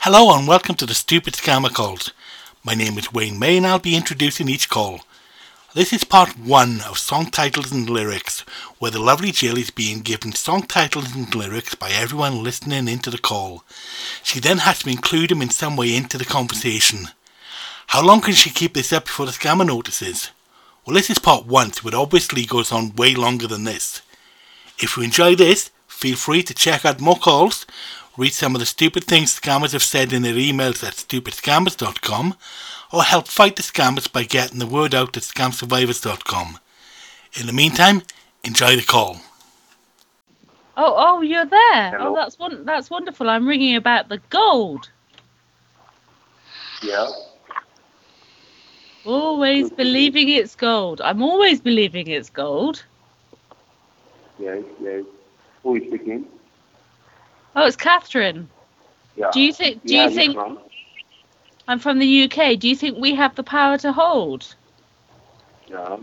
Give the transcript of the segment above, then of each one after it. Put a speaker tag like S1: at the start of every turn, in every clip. S1: Hello and welcome to the Stupid Scammer Calls. My name is Wayne May and I'll be introducing each call. This is part one of song titles and lyrics, where the lovely Jill is being given song titles and lyrics by everyone listening into the call. She then has to include them in some way into the conversation. How long can she keep this up before the scammer notices? Well, this is part one, so it obviously goes on way longer than this. If you enjoy this, feel free to check out more calls, read some of the stupid things scammers have said in their emails at stupidscammers.com, or help fight the scammers by getting the word out at scamsurvivors.com. In the meantime, enjoy the call.
S2: Oh, oh, you're there.
S3: Hello.
S2: Oh, that's one. That's wonderful. I'm ringing about the gold.
S3: Yeah.
S2: Always believing it's gold. I'm always believing it's gold.
S3: Yes. Yes. Who is speaking?
S2: Oh, it's Catherine.
S3: Yeah.
S2: Do you think? Do
S3: Yeah,
S2: you think?
S3: from?
S2: I'm from the UK. Do you think we have the power to hold?
S3: Yeah.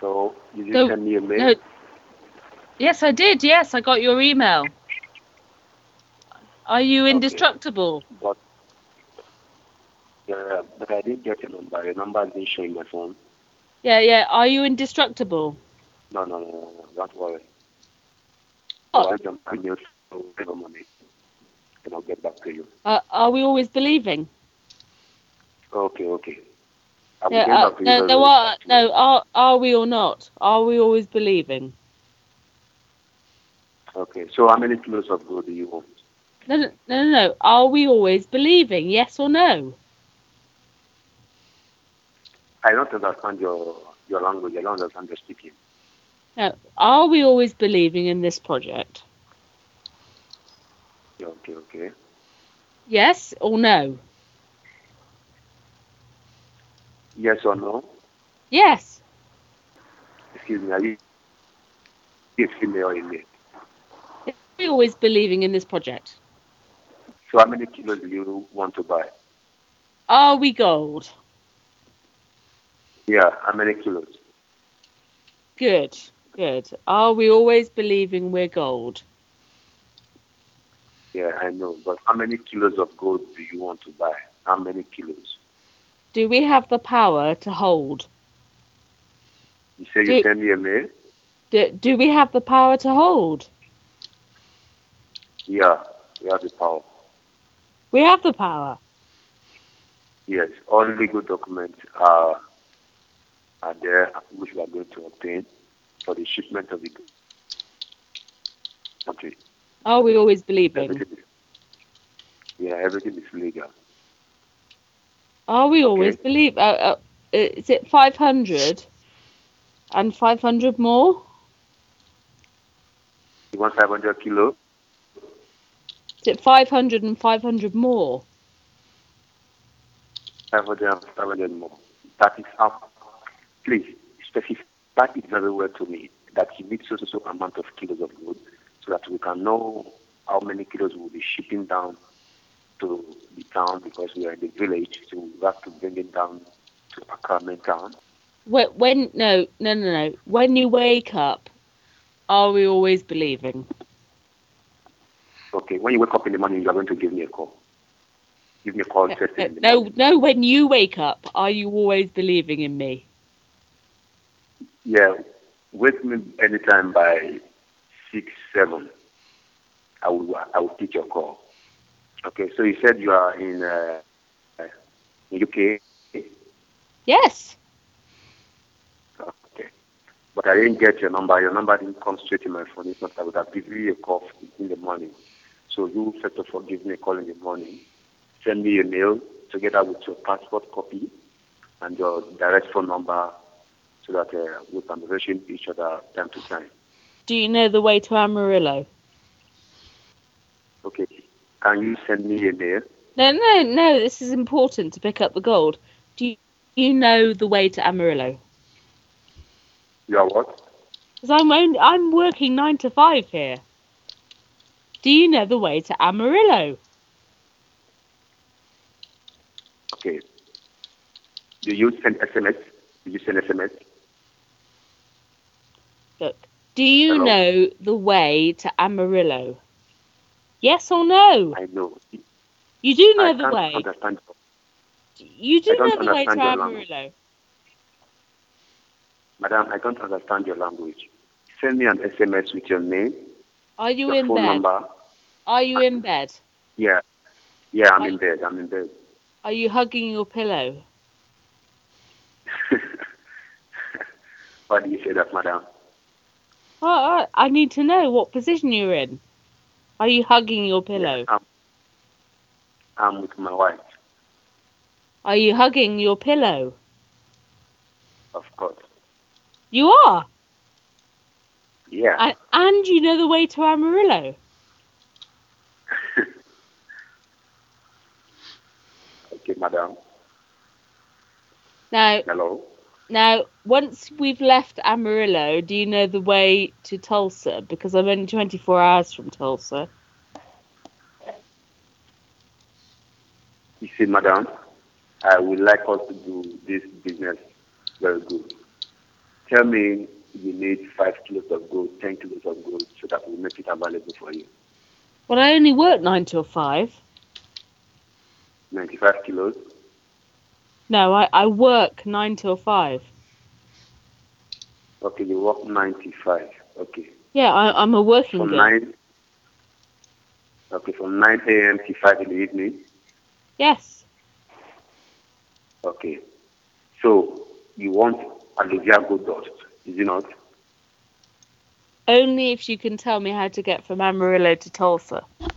S3: So you just
S2: No,
S3: send me a mail.
S2: No. Yes, I did. Yes, I got your email. Are you indestructible?
S3: But yeah, but I didn't get a number. Your number didn't show in my phone.
S2: Yeah, yeah. Are you indestructible?
S3: No, no, no, no, no. Don't worry.
S2: Oh.
S3: I don't. I just whatever money. Then I'll get back to you.
S2: Uh, are we always believing?
S3: Okay. Okay. I will
S2: Yeah,
S3: get
S2: uh,
S3: back to you
S2: no,
S3: very,
S2: no,
S3: very
S2: are,
S3: soon.
S2: no. Are are we or not? Are we always believing?
S3: Okay. So how many kilos of gold do you want?
S2: No, no, no, no, no. Are we always believing? Yes or no?
S3: I don't understand your your language. I don't understand your speaking.
S2: No. Are we always believing in this project?
S3: Yeah, okay. Okay.
S2: Yes or no?
S3: Yes or no?
S2: Yes.
S3: Excuse me, are you a female in it?
S2: Are we always believing in this project?
S3: So how many kilos do you want to buy?
S2: Are we gold?
S3: Yeah, how many kilos?
S2: Good. Good. Are we always believing we're gold?
S3: Yeah, I know, but how many kilos of gold do you want to buy? How many kilos?
S2: Do we have the power to hold?
S3: You say
S2: Do-
S3: you send me a mail?
S2: Do, do we have the power to hold?
S3: Yeah, we have the power.
S2: We have the power.
S3: Yes, all legal documents are, are there, which we are going to obtain for the shipment of the gold. Okay.
S2: Are we always believing?
S3: Everything is, yeah, everything is legal.
S2: Are we always
S3: Okay.
S2: believe? Uh, uh, uh, is it 500 and 500 more?
S3: You want 500 kilos?
S2: Is it 500 and 500 more?
S3: 500 and 500 more. That is up. Please specify it very well to me that you need so so so amount of kilos of gold so that we can know how many kilos we'll be shipping down to the town because we are in the village, so we have to bring it down to Accra main town.
S2: When, when no, no, no, no. When you wake up, are we always believing?
S3: Okay, when you wake up in the morning, you are going to give me a call. Give me a call
S2: No,
S3: first thing in the
S2: no,
S3: morning.
S2: no. When you wake up, are you always believing in me?
S3: Yeah, wake me anytime by 6, 7. I will, I will take your call. Okay, so you said you are in uh, uh, in UK,
S2: Yes.
S3: but I didn't get your number. Your number didn't come straight in my phone. If not, I would have given you a call in the morning. So you, first of all, give me a call in the morning. Send me a mail together with your passport copy and your direct phone number so that uh, we can relation each other time to time.
S2: Do you know the way to Amarillo?
S3: Okay. Can you send me a mail?
S2: No, no, no. This is important to pick up the gold. Do you, you know the way to Amarillo?
S3: You are what?
S2: Because I'm only, I'm working nine to five here. Do you know the way to Amarillo?
S3: Okay. Do you send SMS? Do you send SMS?
S2: Look, do you
S3: Hello?
S2: know the way to Amarillo? Yes or no?
S3: I know.
S2: You do know
S3: I
S2: the
S3: can't
S2: way.
S3: understand.
S2: You do
S3: I don't
S2: know the way to
S3: understand your language.
S2: Amarillo.
S3: Madam, I don't understand your language. Send me an SMS with your name,
S2: Are you
S3: your
S2: in
S3: phone
S2: bed?
S3: number.
S2: Are you in bed?
S3: Yeah. Yeah, I'm
S2: I-
S3: in bed. I'm in bed.
S2: Are you hugging your pillow?
S3: Why do you say that, madam?
S2: Oh, I- I need to know what position you're in. Are you hugging your pillow?
S3: I'm, I'm with my wife,
S2: Are you hugging your pillow?
S3: of course.
S2: You are.
S3: Yeah.
S2: And, and you know the way to Amarillo.
S3: okay, madam.
S2: Now,
S3: Hello.
S2: now, once we've left Amarillo, do you know the way to Tulsa? Because I'm only 24 hours from Tulsa.
S3: You see, madam, I would like us to do this business very good. Tell me you need five kilos of gold, ten kilos of gold, so that we make it available for you.
S2: Well, I only work nine till five.
S3: Ninety-five kilos.
S2: No, I, I work nine till five.
S3: Okay, you work ninety-five. Okay,
S2: Yeah, I, I'm a working
S3: from
S2: girl.
S3: nine. Okay, from nine a.m. to five in the evening.
S2: Yes.
S3: Okay, so you want alluvial gold dust, is it not?
S2: Only if you can tell me how to get from Amarillo to Tulsa.
S3: You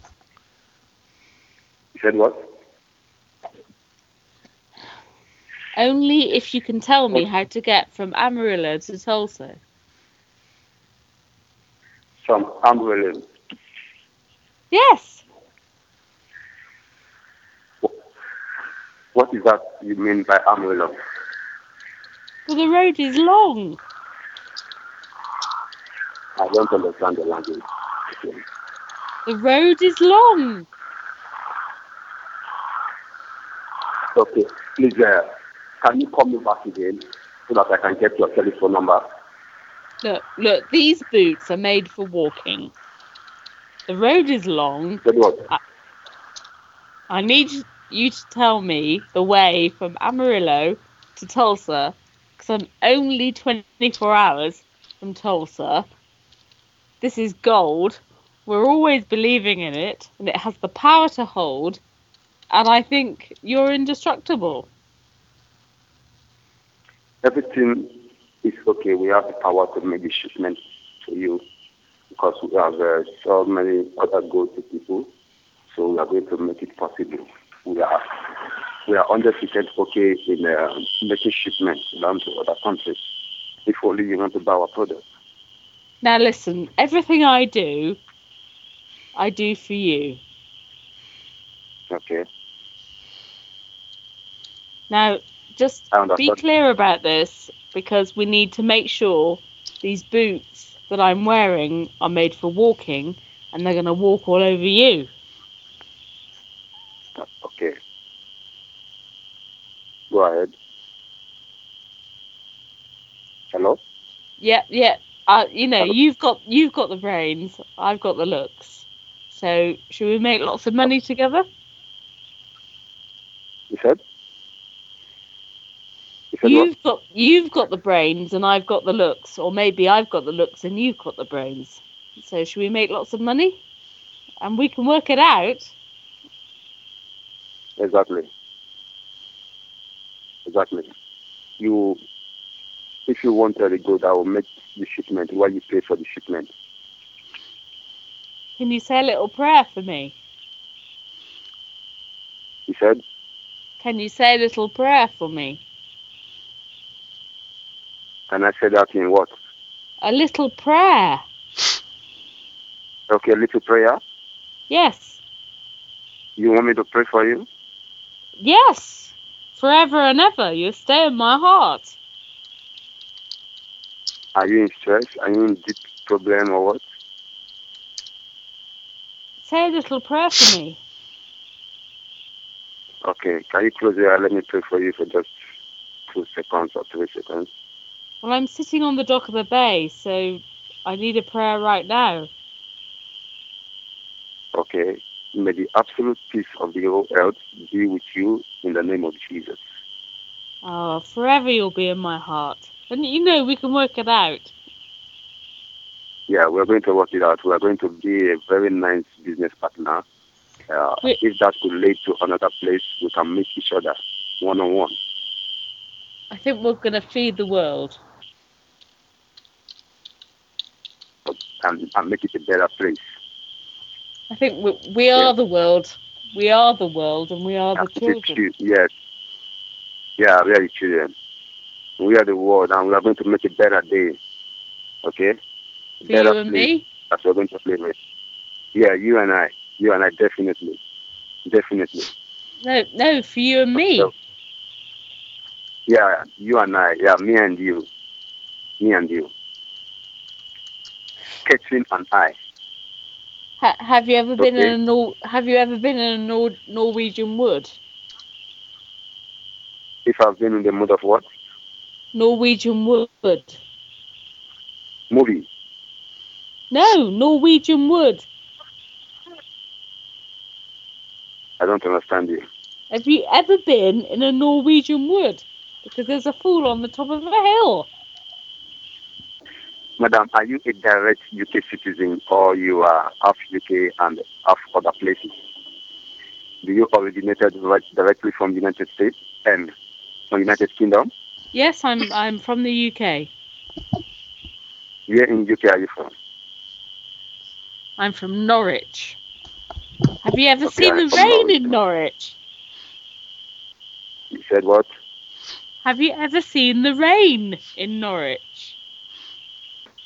S3: said what?
S2: Only if you can tell me how to get from Amarillo to Tulsa.
S3: From Amarillo.
S2: Yes.
S3: What is that you mean by Amarillo?
S2: Well, the road is long.
S3: I don't understand the language.
S2: The road is long.
S3: Okay, please, uh, can you call me back again so that I can get your telephone number?
S2: Look, look, these boots are made for walking. The road is long.
S3: Said what?
S2: I need you to tell me the way from Amarillo to Tulsa because I'm only 24 hours from Tulsa. This is gold. We're always believing in it, and it has the power to hold. And I think you're indestructible.
S3: Everything is okay. We have the power to make the shipment to you because we have uh, so many other goals to people. So we are going to make it possible. We are we are 100% okay in uh, making shipments down to other countries. If only you want to buy our product.
S2: Now, listen, everything I do, I do for you.
S3: Okay,
S2: Now, just
S3: I understand.
S2: be clear about this because we need to make sure these boots that I'm wearing are made for walking and they're going to walk all over you.
S3: okay. Go ahead. Hello.
S2: Yep, yep. Uh, you know,
S3: Hello.
S2: you've got you've got the brains, I've got the looks. So, should we make lots of money together?
S3: You said? You said what?
S2: You've got you've got the brains and I've got the looks, or maybe I've got the looks and you've got the brains. So, should we make lots of money? And we can work it out.
S3: Exactly. Exactly. You, if you want to gold, I will make the shipment while you pay for the shipment.
S2: Can you say a little prayer for me?
S3: You said?
S2: Can you say a little prayer for me?
S3: And I said that in what?
S2: A little prayer.
S3: Okay, little prayer.
S2: Yes.
S3: You want me to pray for you?
S2: Yes. Forever and ever. You stay in my heart.
S3: Are you in stress? Are you in deep problem or what?
S2: Say a little prayer for me.
S3: Okay, can you close your eye? Let me pray for you for just two seconds or three seconds.
S2: Well, I'm sitting on the dock of the bay, so I need a prayer right now.
S3: Okay, May the absolute peace of the whole earth be with you in the name of Jesus.
S2: Oh, forever you'll be in my heart. And you know we can work it out.
S3: Yeah, we're going to work it out. We're going to be a very nice business partner. Uh,
S2: We-
S3: if that could lead to another place, we can meet each other one on one.
S2: I think we're gonna feed the world.
S3: and, and make it a better place.
S2: I think we, we are the world. We are the world, and we are the
S3: It is
S2: children.
S3: true, Yes. Yeah, we are the children. We are the world, and we are going to make a better day. Okay?
S2: For
S3: better
S2: you and
S3: place
S2: me.
S3: That we're going to play with. Yeah, you and I. You and I, definitely. Definitely.
S2: No, no, for you and me.
S3: So- yeah, you and I. Yeah, me and you. Me and you. Catherine and I.
S2: Ha- have you ever been
S3: Okay.
S2: in a Nor- Have you ever been in a Nor- Norwegian wood?
S3: If I've been in the mood of what?
S2: Norwegian wood.
S3: Movie.
S2: No, Norwegian wood.
S3: I don't understand you.
S2: Have you ever been in a Norwegian wood? Because there's a fool on the top of a hill.
S3: Madam, are you a direct UK citizen or you are half UK and half other places? Do you originated right, directly from United States and from United Kingdom?
S2: Yes, I'm. I'm from the UK.
S3: Where in UK are you from?
S2: I'm from Norwich. Have you ever
S3: Okay,
S2: seen
S3: I'm
S2: the
S3: from
S2: rain
S3: Norwich.
S2: in Norwich?
S3: You said what?
S2: Have you ever seen the rain in Norwich?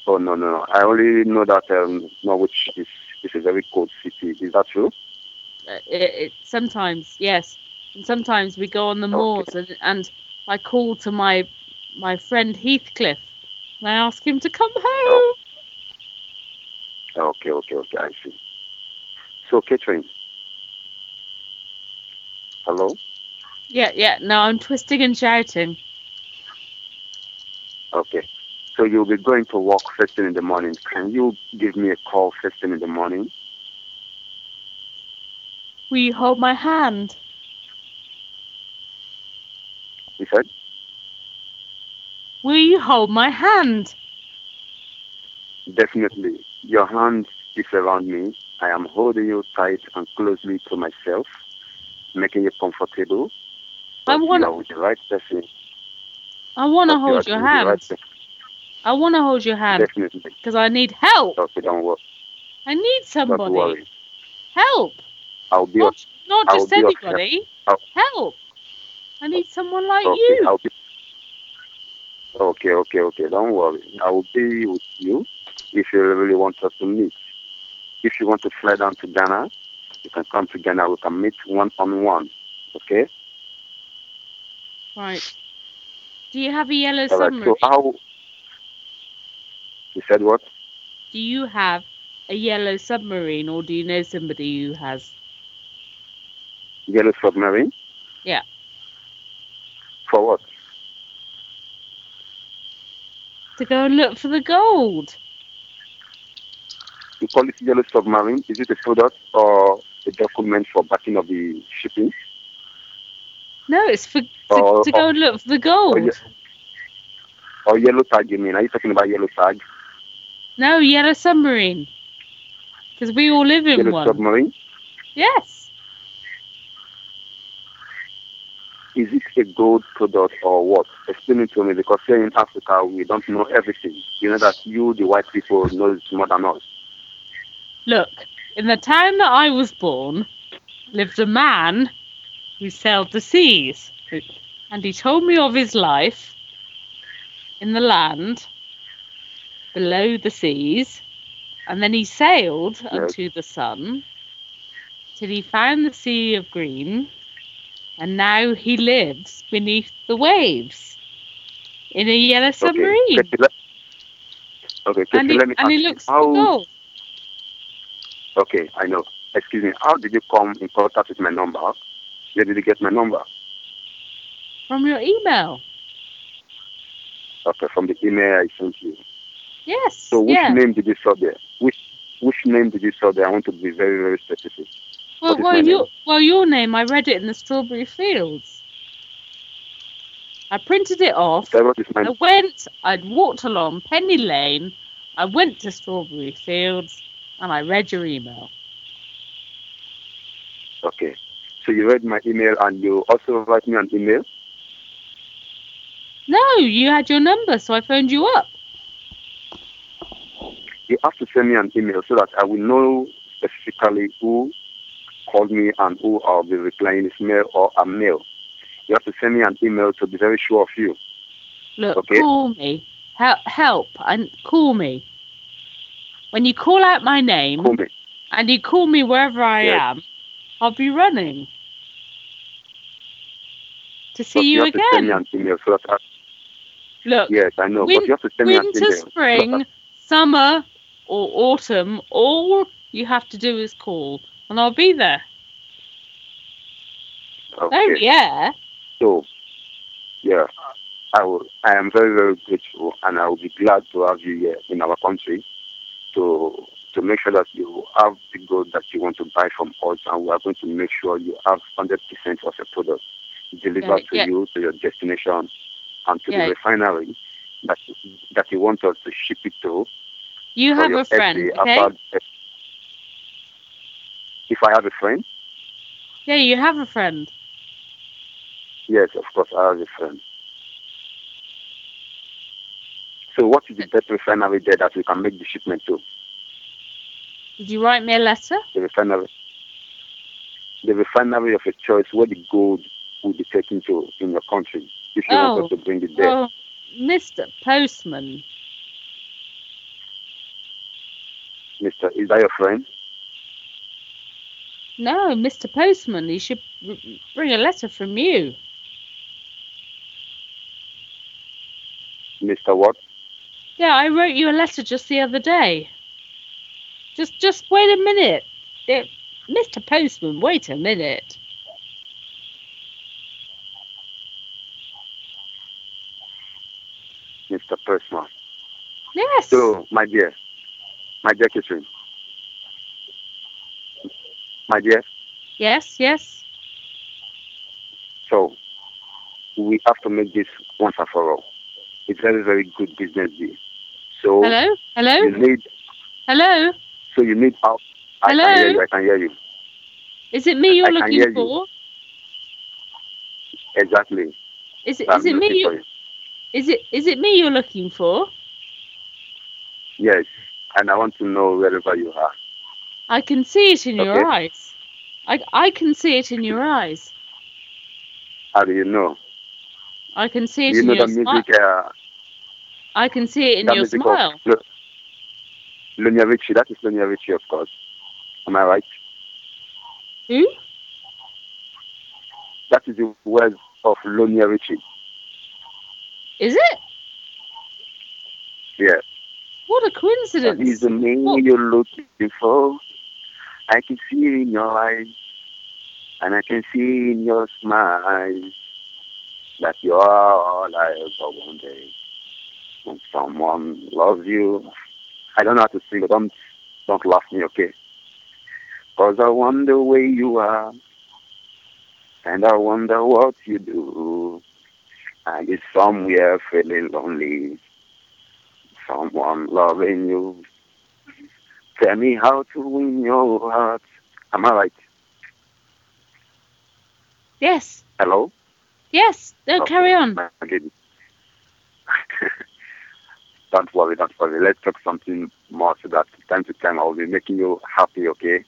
S3: Oh no no no! I only know that um, Norwich is is a very cold city. Is that true?
S2: Uh, It, it, sometimes, yes. And sometimes we go on the moors, and, and I call to my my friend Heathcliff, and I ask him to come home.
S3: Oh, Okay okay okay I see. So Catherine, hello.
S2: Yeah, yeah. No, I'm twisting and shouting.
S3: Okay. So you'll be going to work first thing in the morning. Can you give me a call first thing in the morning?
S2: Will you hold my hand?
S3: He said,
S2: Will you hold my hand?
S3: Definitely. Your hand is around me. I am holding you tight and closely to myself, making you comfortable.
S2: I
S3: But
S2: wanna-
S3: you are with the right person.
S2: I want
S3: But
S2: to
S3: you
S2: hold
S3: are
S2: your
S3: with the
S2: hand.
S3: right person.
S2: I want to hold your hand
S3: Definitely.
S2: because I need help.
S3: Okay, don't worry.
S2: I need
S3: Don't
S2: somebody.
S3: worry.
S2: Help!
S3: I'll be
S2: Not, not
S3: I'll
S2: just
S3: be of
S2: anybody.
S3: help.
S2: Help! I need someone like
S3: okay.
S2: you.
S3: I'll be. Okay, okay, okay. Don't worry. I will be with you if you really want us to meet. If you want to fly down to Ghana, you can come to Ghana. We can meet one on one. Okay.
S2: Right. Do you have a yellow
S3: All right.
S2: submarine?
S3: So how? You said what?
S2: Do you have a yellow submarine, or do you know somebody who has?
S3: Yellow submarine.
S2: Yeah.
S3: For what?
S2: To go and look for the gold.
S3: You call it yellow submarine? Is it a product or a document for backing of the shipping?
S2: No, it's for to,
S3: Oh,
S2: to go
S3: oh.
S2: and look for the gold.
S3: Or, ye- or yellow tag? You mean? Are you talking about yellow tag?
S2: No, yellow submarine. Because we all live in
S3: yellow
S2: one.
S3: submarine.
S2: yes.
S3: is it a gold product or what? Explain it to me because here in Africa we don't know everything. You know that you, the white people, knows more than us.
S2: Look, in the town that I was born, lived a man who sailed the seas. And he told me of his life in the land below the seas. And then he sailed unto the sun till he found the sea of green. And now he lives beneath the waves in a yellow submarine.
S3: Okay, Katie, let, okay, Katie,
S2: and he,
S3: let me
S2: and he
S3: ask you,
S2: looks for
S3: how,
S2: gold.
S3: Okay, I know. Excuse me. How did you come in contact with my number? Where did you get my number?
S2: from your email.
S3: Okay, from the email I sent you.
S2: Yes.
S3: So which
S2: yeah.
S3: name did you saw there? Which which name did you saw there? I want to be very very specific.
S2: Well,
S3: What is
S2: well,
S3: my name?
S2: your well, your name. I read it in the strawberry fields. I printed it off.
S3: That was my
S2: I went. I'd walked along Penny Lane. I went to Strawberry Fields, and I read your email.
S3: Okay. So you read my email and you also write me an email?
S2: No, you had your number, so I phoned you up.
S3: You have to send me an email so that I will know specifically who called me and who I'll be replying is mail or a mail. You have to send me an email to be very sure of you.
S2: Look,
S3: Okay.
S2: call me. Help, help, and call me. When you call out my name
S3: Call me.
S2: and you call me wherever I
S3: Yes.
S2: am, I'll be running to see
S3: But
S2: you,
S3: have to send me
S2: again.
S3: an email so that I,
S2: Look,
S3: yes, I know.
S2: Win-
S3: but you have to send me an
S2: winter,
S3: email. so
S2: spring,
S3: that-
S2: summer, or autumn, all you have to do is call, and I'll be there. Oh
S3: okay.
S2: yeah,
S3: So, yeah, I will. I am very, very grateful, and I will be glad to have you here in our country to to make sure that you have the goods that you want to buy from us, and we are going to make sure you have hundred percent of your product delivered
S2: Yeah,
S3: to
S2: yeah.
S3: you to your destination and to
S2: Yeah.
S3: the refinery that that you want us to ship it to.
S2: you
S3: for
S2: have
S3: your
S2: a friend,
S3: FD
S2: okay?
S3: about- If I have a friend,
S2: Yeah, you have a friend.
S3: yes, of course, I have a friend. So, what is the best refinery there that we can make the shipment to?
S2: Did you write me a letter?
S3: the refinery, the refinery of your choice where the gold will be taken to in your country if you
S2: Oh.
S3: want us to bring it there.
S2: Oh, Mr. Postman.
S3: Mister, is that your friend?
S2: No, Mr. Postman, he should r- bring a letter from you.
S3: Mister what?
S2: Yeah, I wrote you a letter just the other day. Just, just wait a minute, It- Mr. Postman. Wait a minute.
S3: Mister Persman.
S2: Yes.
S3: So my dear, my dear Catherine. My dear,
S2: Yes. Yes.
S3: so we have to make this once and for all. It's very, very good business deal. So
S2: Hello.
S3: you
S2: Hello.
S3: need
S2: Hello.
S3: so you need help. I
S2: Hello?
S3: can hear you, I can hear you.
S2: Is it me you're
S3: I can
S2: looking
S3: hear you.
S2: for?
S3: Exactly.
S2: Is it?
S3: I'm
S2: Is it me?
S3: looking for
S2: You, is it? Is it me you're looking for?
S3: Yes, and I want to know wherever you are.
S2: I can see it in your
S3: Okay.
S2: eyes. I, I can see it in your eyes.
S3: How do you know?
S2: I can see it
S3: you
S2: in
S3: know
S2: your
S3: that
S2: smile.
S3: music, uh,
S2: I can see it in
S3: that
S2: your
S3: music
S2: smile.
S3: of Lo- Lonia Ricci. That is Lonia Ricci, of course. Am I right?
S2: Who?
S3: That is the words of Lonia Ricci.
S2: Is it?
S3: Yeah.
S2: What a
S3: That is
S2: coincidence.
S3: the name
S2: What?
S3: you're looking for. I can see in your eyes, and I can see in your smile that you are all I ever wanted. When someone loves you, I don't know how to sing, but don't don't laugh me, okay? 'Cause I wonder where you are, and I wonder what you do. And it's somewhere feeling lonely, someone loving you. Tell me how to win your heart. Am I right?
S2: Yes.
S3: Hello?
S2: Yes. No,
S3: Okay.
S2: carry on.
S3: I didn't. don't worry, don't worry. Let's talk something more so that time to time I'll be making you happy, okay?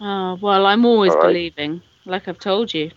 S2: Oh, well, I'm always
S3: All right.
S2: believing, like I've told you.